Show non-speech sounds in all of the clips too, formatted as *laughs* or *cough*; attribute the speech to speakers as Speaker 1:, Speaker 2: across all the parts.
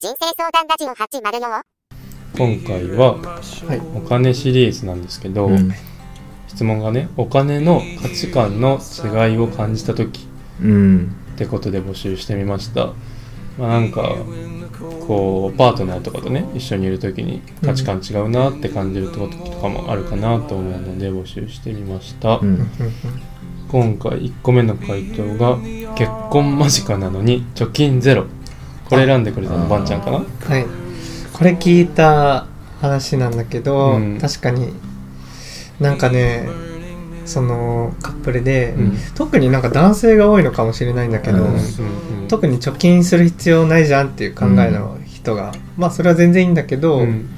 Speaker 1: 人生相談ラジオ804
Speaker 2: 今回は
Speaker 3: はい。
Speaker 2: お金シリーズなんですけど、
Speaker 3: うん。
Speaker 2: 質問がねお金の価値観の違いを感じた時
Speaker 3: うん。
Speaker 2: ってことで募集してみました、まあ、なんかこうパートナーとかとね一緒にいる時に価値観違うなって感じることとかもあるかなと思うので募集してみました、
Speaker 3: うん。
Speaker 2: 今回1個目の回答が「結婚間近なのに貯金ゼロ」これ選んでくれたのばんちゃんかな
Speaker 4: はい、これ聞いた話なんだけど、
Speaker 2: うん
Speaker 4: 確かになんかねそのカップルで、
Speaker 2: うん
Speaker 4: 特になんか男性が多いのかもしれないんだけど、
Speaker 3: うん
Speaker 2: うんうん
Speaker 4: 特に貯金する必要ないじゃんっていう考えの人が、まあそれは全然いいんだけど、
Speaker 2: うん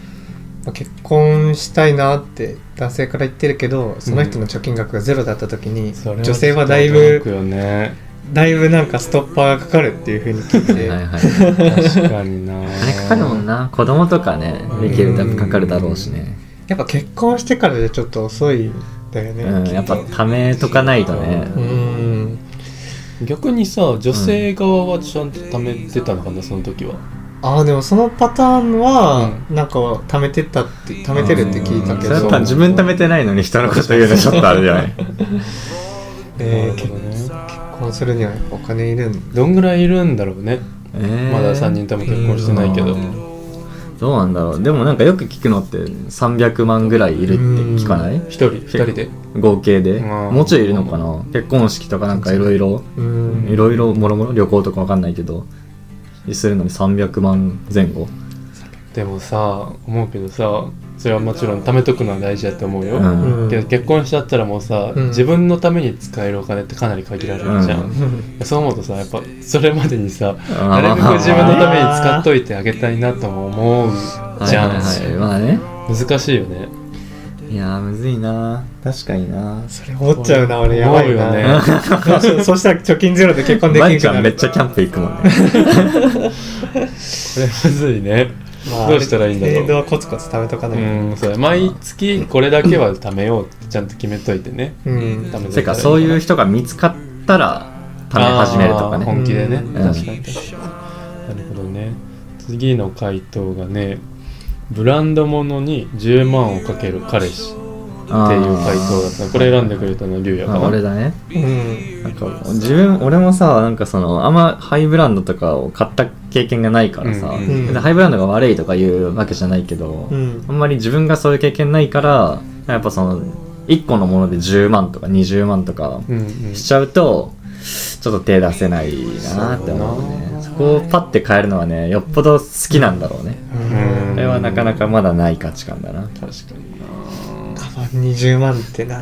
Speaker 4: まあ結婚したいなって男性から言ってるけどその人の貯金額がゼロだった時に、
Speaker 2: それ
Speaker 4: 女性はだい
Speaker 2: ちょっと驚く
Speaker 4: ぶ
Speaker 2: よね
Speaker 4: だいぶなんかストッパーがかかるっていうふうに聞い
Speaker 3: はい
Speaker 4: て。
Speaker 3: はい。
Speaker 2: 確かにな
Speaker 3: お金かかるもんな。子供とかね、できるだけかかるだろうしね。
Speaker 4: やっぱ結婚してからじゃちょっと遅いんだよね。
Speaker 3: うん。やっぱ貯めとかないとね。
Speaker 4: うん。
Speaker 2: 逆にさ女性側はちゃんと貯めてたのかなその時は
Speaker 4: ああ、でもそのパターンは、なんか、貯めてったって、貯めてるって聞いたけ
Speaker 3: それだっ
Speaker 4: ど
Speaker 3: た、ら自分貯めてないのに人のこと言うのちょっとあれじゃない
Speaker 2: なるほ
Speaker 4: えー
Speaker 2: どね
Speaker 4: 結婚するにはやっぱお金いるん
Speaker 2: どんぐらいいるんだろうね、
Speaker 3: えー
Speaker 2: まだ3人とも結婚してないけど、
Speaker 3: どうなんだろう。でもなんかよく聞くのって300万ぐらいいるって聞かない
Speaker 2: 一人二人で
Speaker 3: 合計で。
Speaker 2: うん
Speaker 3: もうちょいいるのかな結婚式とかなんかいろいろ、
Speaker 4: うん。
Speaker 3: いろいろもろもろ旅行とかわかんないけど、するのに300万前後。
Speaker 2: でもさ思うけどさそれはもちろん貯めとくのは大事だと思うよ、
Speaker 3: うん
Speaker 4: うん
Speaker 2: けど結婚しちゃったらもうさ、
Speaker 4: うん
Speaker 2: 自分のために使えるお金ってかなり限られるじゃん、そう思うとさやっぱそれまでにさなるべく自分のために使っといてあげたいなとも思うじゃん、
Speaker 3: はいはいはい、まあね
Speaker 2: 難しいよね
Speaker 3: いやーむずいな確かにな
Speaker 4: それ思っちゃうな、俺、やば
Speaker 2: 思
Speaker 4: い
Speaker 2: う
Speaker 4: な。
Speaker 2: よね
Speaker 4: どうしよ *laughs* うそしたら貯金ゼロで結婚でき
Speaker 3: ば
Speaker 4: る
Speaker 3: ん
Speaker 4: く
Speaker 3: ちゃ
Speaker 4: なん
Speaker 3: *laughs* めっ
Speaker 4: る。
Speaker 3: ちゃキャンプ行くもんね
Speaker 2: これむずいね
Speaker 4: まあ
Speaker 2: どうしたらいいんだろう
Speaker 4: ある程度はコツコツ貯めとかな
Speaker 2: う
Speaker 4: い
Speaker 2: ん、そうだ毎月これだけは貯めようってちゃんと決めといてね。
Speaker 4: と。うん。
Speaker 2: 貯めと
Speaker 3: て
Speaker 2: た
Speaker 3: からそういう
Speaker 2: の
Speaker 3: 人が見つかったら
Speaker 2: か
Speaker 3: 貯め
Speaker 2: な
Speaker 3: 始めるとか
Speaker 2: あー
Speaker 3: ね
Speaker 2: 本気でね。
Speaker 4: うん
Speaker 2: 確かに。なるほどね。次の回答がね、ブランド物に10万をかける彼氏っていう回答だった。これ選んでくれたのはリュウヤ
Speaker 3: あ
Speaker 2: か
Speaker 3: ー
Speaker 2: な。
Speaker 3: あ俺だね
Speaker 4: うん。
Speaker 3: なんか自分俺もさなんかそのあんまハイブランドとかを買った経験がないからさ、
Speaker 2: うん
Speaker 4: うん
Speaker 3: でハイブランドが悪いとかいうわけじゃないけど、
Speaker 4: うん
Speaker 3: あんまり自分がそういう経験ないからやっぱその1個のもので10万とか20万とか
Speaker 2: うんうん。
Speaker 3: しちゃうとちょっと手出せないなって思う
Speaker 2: そうだな
Speaker 3: ねそこをパッて変えるのはねよっぽど好きなんだろうね
Speaker 2: うん
Speaker 3: これはなかなかまだない価値観だな
Speaker 2: 確かにな。
Speaker 4: カバン20万ってな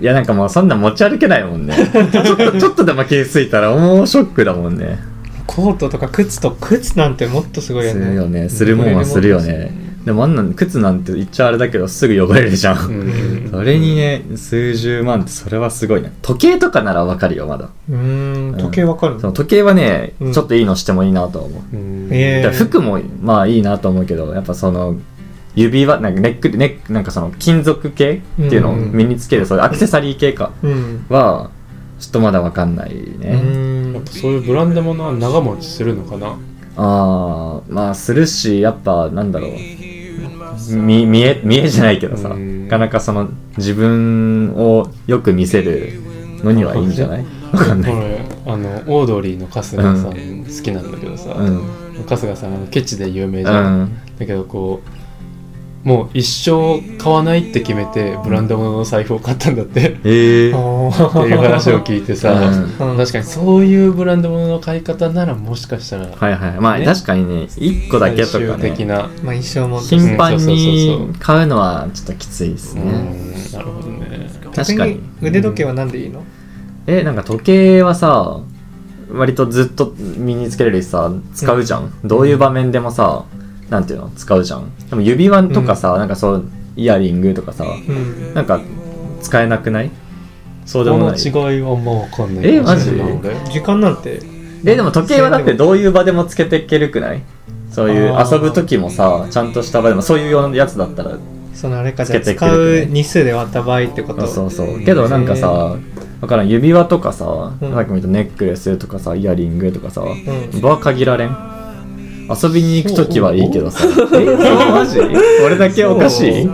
Speaker 4: い
Speaker 3: やなんかもうそんな持ち歩けないもんねちょっとちょっとでも気付いたらもうショックだもんね
Speaker 4: コートとか靴と靴なんてもっとすごいよ
Speaker 3: す
Speaker 4: ね。
Speaker 3: るよねするもんはするよねでもあんなん靴なんて言っちゃあれだけどすぐ汚れるじゃ
Speaker 2: うん
Speaker 3: ん
Speaker 2: うん
Speaker 3: それにね数十万ってそれはすごいね時計とかならわかるよまだ
Speaker 4: うん。時計わかる
Speaker 3: その時計はね、
Speaker 4: うん
Speaker 3: ちょっといいのしてもいいなとは思
Speaker 2: う
Speaker 3: う
Speaker 2: ん。
Speaker 4: ええ
Speaker 3: だから服もまあいいなと思うけどやっぱその指輪なんかネックネックなんかその金属系っていうのを身につける、そういうアクセサリー系か
Speaker 4: うん。
Speaker 3: はちょっとまだわかんないね、
Speaker 2: やっぱそういうブランド物は長持ちするのかな。
Speaker 3: ああまあするしやっぱなんだろう見見え見えじゃないけどさ、
Speaker 2: うん
Speaker 3: なかなかその自分をよく見せるのにはいいんじゃないわかんない、
Speaker 2: 俺あのオードリーの春日さん好きなんだけどさ、
Speaker 3: うん
Speaker 2: 春日さんあのケチで有名じ
Speaker 3: う
Speaker 2: ゃん、
Speaker 3: ん、
Speaker 2: だけどこうもう一生買わないって決めてブランド物の財布を買ったんだ
Speaker 3: *laughs*
Speaker 2: ってって
Speaker 3: ええ
Speaker 2: いう
Speaker 4: っ
Speaker 2: 話を聞いてさ、
Speaker 3: うん
Speaker 2: 確かにそういうブランド物の買い方ならもしかしたら
Speaker 3: はいはいまあ、
Speaker 2: ね
Speaker 3: 確かにね1個だけとか
Speaker 2: 最終
Speaker 3: ね
Speaker 2: 的な、
Speaker 4: まあ一生もん
Speaker 3: 頻繁
Speaker 2: うんそうそうそうそ
Speaker 3: に買うのはちょっときついです
Speaker 2: う
Speaker 3: ね、
Speaker 2: んなるほどね
Speaker 3: 確かに
Speaker 4: 腕時計はなんでいいの
Speaker 3: えなんか時計はさ割とずっと身につけれるしさ使うじゃん、どういう場面でもさなんていうの使うじゃんでも指輪とかさ、なんかそうイヤリングとかさ
Speaker 4: うん
Speaker 3: なんか使えなくないそう
Speaker 2: こ
Speaker 3: でもな
Speaker 2: の
Speaker 3: い
Speaker 2: 違いはもう分かんない
Speaker 3: えマジ
Speaker 2: かもしれない
Speaker 4: 時間なんて
Speaker 3: えでも時計はだってどういう場でもつけていけるくないそういう
Speaker 4: あー
Speaker 3: 遊ぶ時もさちゃんとした場でもそういうようなやつだったら
Speaker 4: そのあれか
Speaker 3: つ
Speaker 4: じゃ
Speaker 3: け
Speaker 4: あ
Speaker 3: てく
Speaker 4: 使
Speaker 3: るね
Speaker 4: う日数で割った場合ってこ
Speaker 3: そ
Speaker 4: と
Speaker 3: うそうそうけどなんかさわからん指輪とかさ、
Speaker 4: うん
Speaker 3: さっきも言ったネックレスとかさイヤリングとかさ、
Speaker 4: ん
Speaker 3: 場は限られん遊びに行くときはいいけど *laughs* さ。え、マジ俺だけおかしい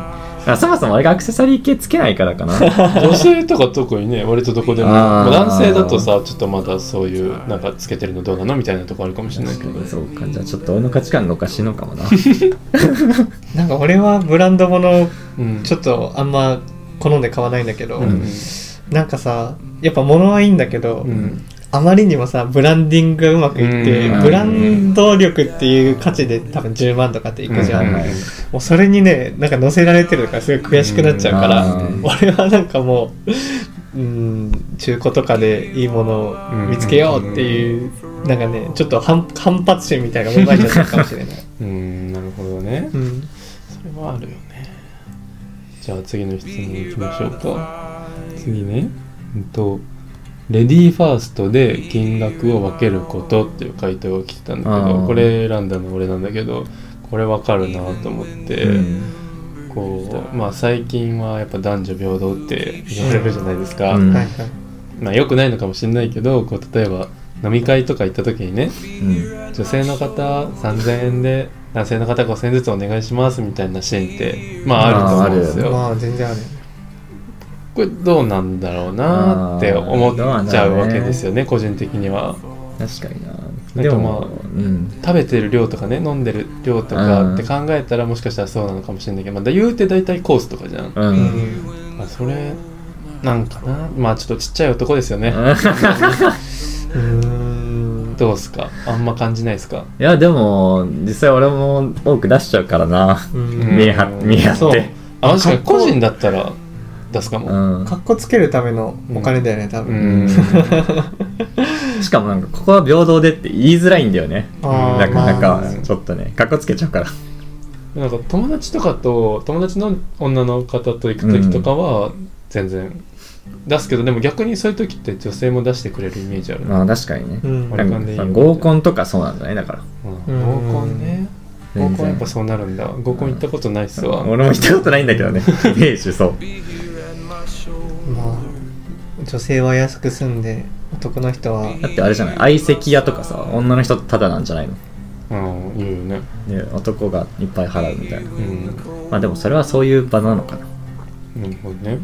Speaker 3: あそもそもあれがアクセサリー系つけないからかな。
Speaker 2: 女性とか特にね割とどこでも
Speaker 3: あー
Speaker 2: まあ男性だとさちょっとまだそういうなんかつけてるのどうなのみたいなとこあるかもしれないけど
Speaker 3: そうか、じゃあちょっと俺の価値観がおかしいのかもな。
Speaker 4: なんか俺はブランドもの
Speaker 2: うん
Speaker 4: ちょっとあんま好んで買わないんだけど、
Speaker 2: うん
Speaker 4: なんかさやっぱ物はいいんだけど、
Speaker 2: うん
Speaker 4: あまりにもさブランディングがうまくいって、
Speaker 2: うん
Speaker 4: ブランド力っていう価値で多分10万とかっていくじゃん、
Speaker 2: うん
Speaker 3: はい
Speaker 4: もうそれにねなんか乗せられてるからすごい悔しくなっちゃうから、
Speaker 3: うん
Speaker 4: 俺はなんかもううん中古とかでいいものを見つけようっていう、なんかねちょっと反反発心みたいなのが芽生えちゃったかもしれ
Speaker 3: *laughs*
Speaker 4: ない、
Speaker 2: うんなるほどね
Speaker 4: うん
Speaker 2: それはあるよねじゃあ次の質問いきましょうか次ねうんとレディーファーストで金額を分けることっていう回答を聞いたんだけ
Speaker 3: あ
Speaker 2: ど
Speaker 3: ー
Speaker 2: これ選んだの俺なんだけどこれ分かるなと思って、
Speaker 3: うん
Speaker 2: こうまあ最近はやっぱ男女平等って言われるじゃないですか、
Speaker 3: うん
Speaker 4: はいはい
Speaker 2: まあ良くないのかもしれないけどこう例えば飲み会とか行った時にね
Speaker 3: うん
Speaker 2: 女性の方3000円で男性の方5000円ずつお願いしますみたいなシーンってまああると思うんですよ、
Speaker 4: まあ全然ある
Speaker 2: これどうなんだろうなって思っちゃうわけですよね個人的には
Speaker 3: 確かにな。
Speaker 2: なんかまあ
Speaker 3: うん。
Speaker 2: 食べてる量とかね飲んでる量とかって考えたらもしかしたらそうなのかもしれないけど、まあ、言うて大体コースとかじゃん、
Speaker 3: う。
Speaker 4: うんん
Speaker 2: まあ、それなんかなまあちょっとちっちゃい男ですよね、
Speaker 4: うん
Speaker 2: どうっすかあんま感じないですか
Speaker 3: いや、でも、実際俺も多く出しちゃうからな。
Speaker 4: うん
Speaker 3: 見え張って見え張
Speaker 2: そ
Speaker 3: っ
Speaker 2: う
Speaker 3: て。
Speaker 2: あ確かに個人だったら出すかも、
Speaker 3: うん
Speaker 4: かっこつけるためのお金だよね、多
Speaker 2: う
Speaker 4: 分、
Speaker 2: ん、
Speaker 3: しかもなんか、ここは平等でって言いづらいんだよね。
Speaker 4: あー
Speaker 3: なかな
Speaker 4: まあ
Speaker 3: か、ちょっとね、かっこつけちゃうから。
Speaker 2: なんか友達とかと友達の女の方と行く時とかは全然出すけど、でも逆にそういう時って女性も出してくれるイメージある、
Speaker 3: まあ確かにね。
Speaker 4: うん
Speaker 2: 俺がね
Speaker 3: なんか合コンとかそうなんだね、だから。
Speaker 2: うん合コンね合
Speaker 3: 全然
Speaker 2: コンやっぱそうなるんだ合コン行ったことないっすわ、
Speaker 3: 俺も行ったことないんだ
Speaker 2: *laughs*
Speaker 3: けどね。イメージそう。
Speaker 4: まあ女性は安く住んで男の人は
Speaker 3: だってあれじゃない、相席屋とかさ、女の人ただなんじゃないの
Speaker 2: うん言うよね
Speaker 3: で、男がいっぱい払うみたい
Speaker 2: う
Speaker 3: な。
Speaker 2: ん
Speaker 3: まあでもそれはそういう場なのかな。
Speaker 2: なるほどね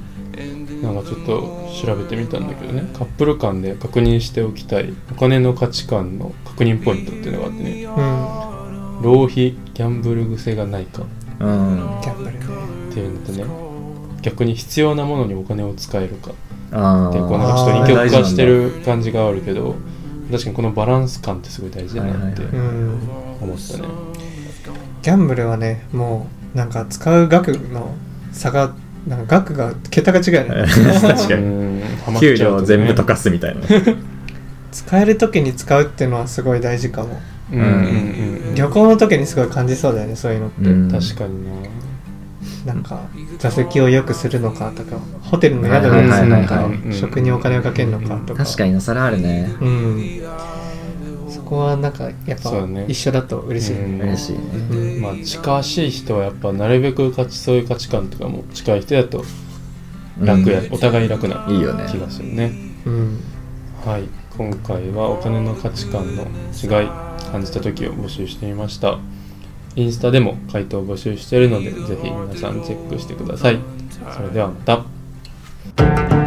Speaker 2: なんかちょっと調べてみたんだけどねカップル間で確認しておきたいお金の価値観の確認ポイントっていうのがあってね
Speaker 4: うん
Speaker 2: 浪費ギャンブル癖がないか
Speaker 3: うん。あ
Speaker 4: ギャンブルね
Speaker 2: っていうのとね逆に必要なものにお金を使えるか
Speaker 3: あ
Speaker 2: っていうこうなん
Speaker 3: ー。
Speaker 2: かちょっと二
Speaker 3: あー
Speaker 2: 極化してる感じがあるけど確かにこのバランス感ってすごい大事だなって
Speaker 3: はい
Speaker 4: うん
Speaker 2: 思ったね
Speaker 4: ギャンブルはねもうなんか使う額の差がなんか額が桁が違うよね
Speaker 3: *laughs* 確かに。
Speaker 2: うんハマっ
Speaker 3: 給
Speaker 2: ちゃう
Speaker 3: 料
Speaker 2: ね
Speaker 3: 全部溶かすみたいな。
Speaker 4: 使える時に使うっていうのはすごい大事かも
Speaker 2: うんうんうん
Speaker 4: 旅行の時にすごい感じそうだよねそういうのって、
Speaker 3: うん
Speaker 2: 確かにな
Speaker 4: なんか座席を良くするのかとかホテルの宿を
Speaker 3: はい
Speaker 4: 良くするの
Speaker 3: はい
Speaker 4: か
Speaker 3: はい
Speaker 2: はい
Speaker 4: 食にお金をかけるのかとか
Speaker 3: 確かにな、それあるね。
Speaker 4: うんそこはなんかやっ
Speaker 2: そう
Speaker 4: ぱ
Speaker 2: だね
Speaker 4: 一緒だと嬉しい、
Speaker 2: うん
Speaker 3: 嬉しいね。
Speaker 4: うん
Speaker 2: まあ近しい人はやっぱなるべく価値そういう価値観とかも近い人だと楽や、お互い楽な
Speaker 3: うん。いいよね。
Speaker 2: 気がするね
Speaker 4: うん
Speaker 2: はい今回はお金の価値観の違い感じた時を募集してみましたインスタでも回答を募集しているのでぜひ皆さんチェックしてくださいそれではまた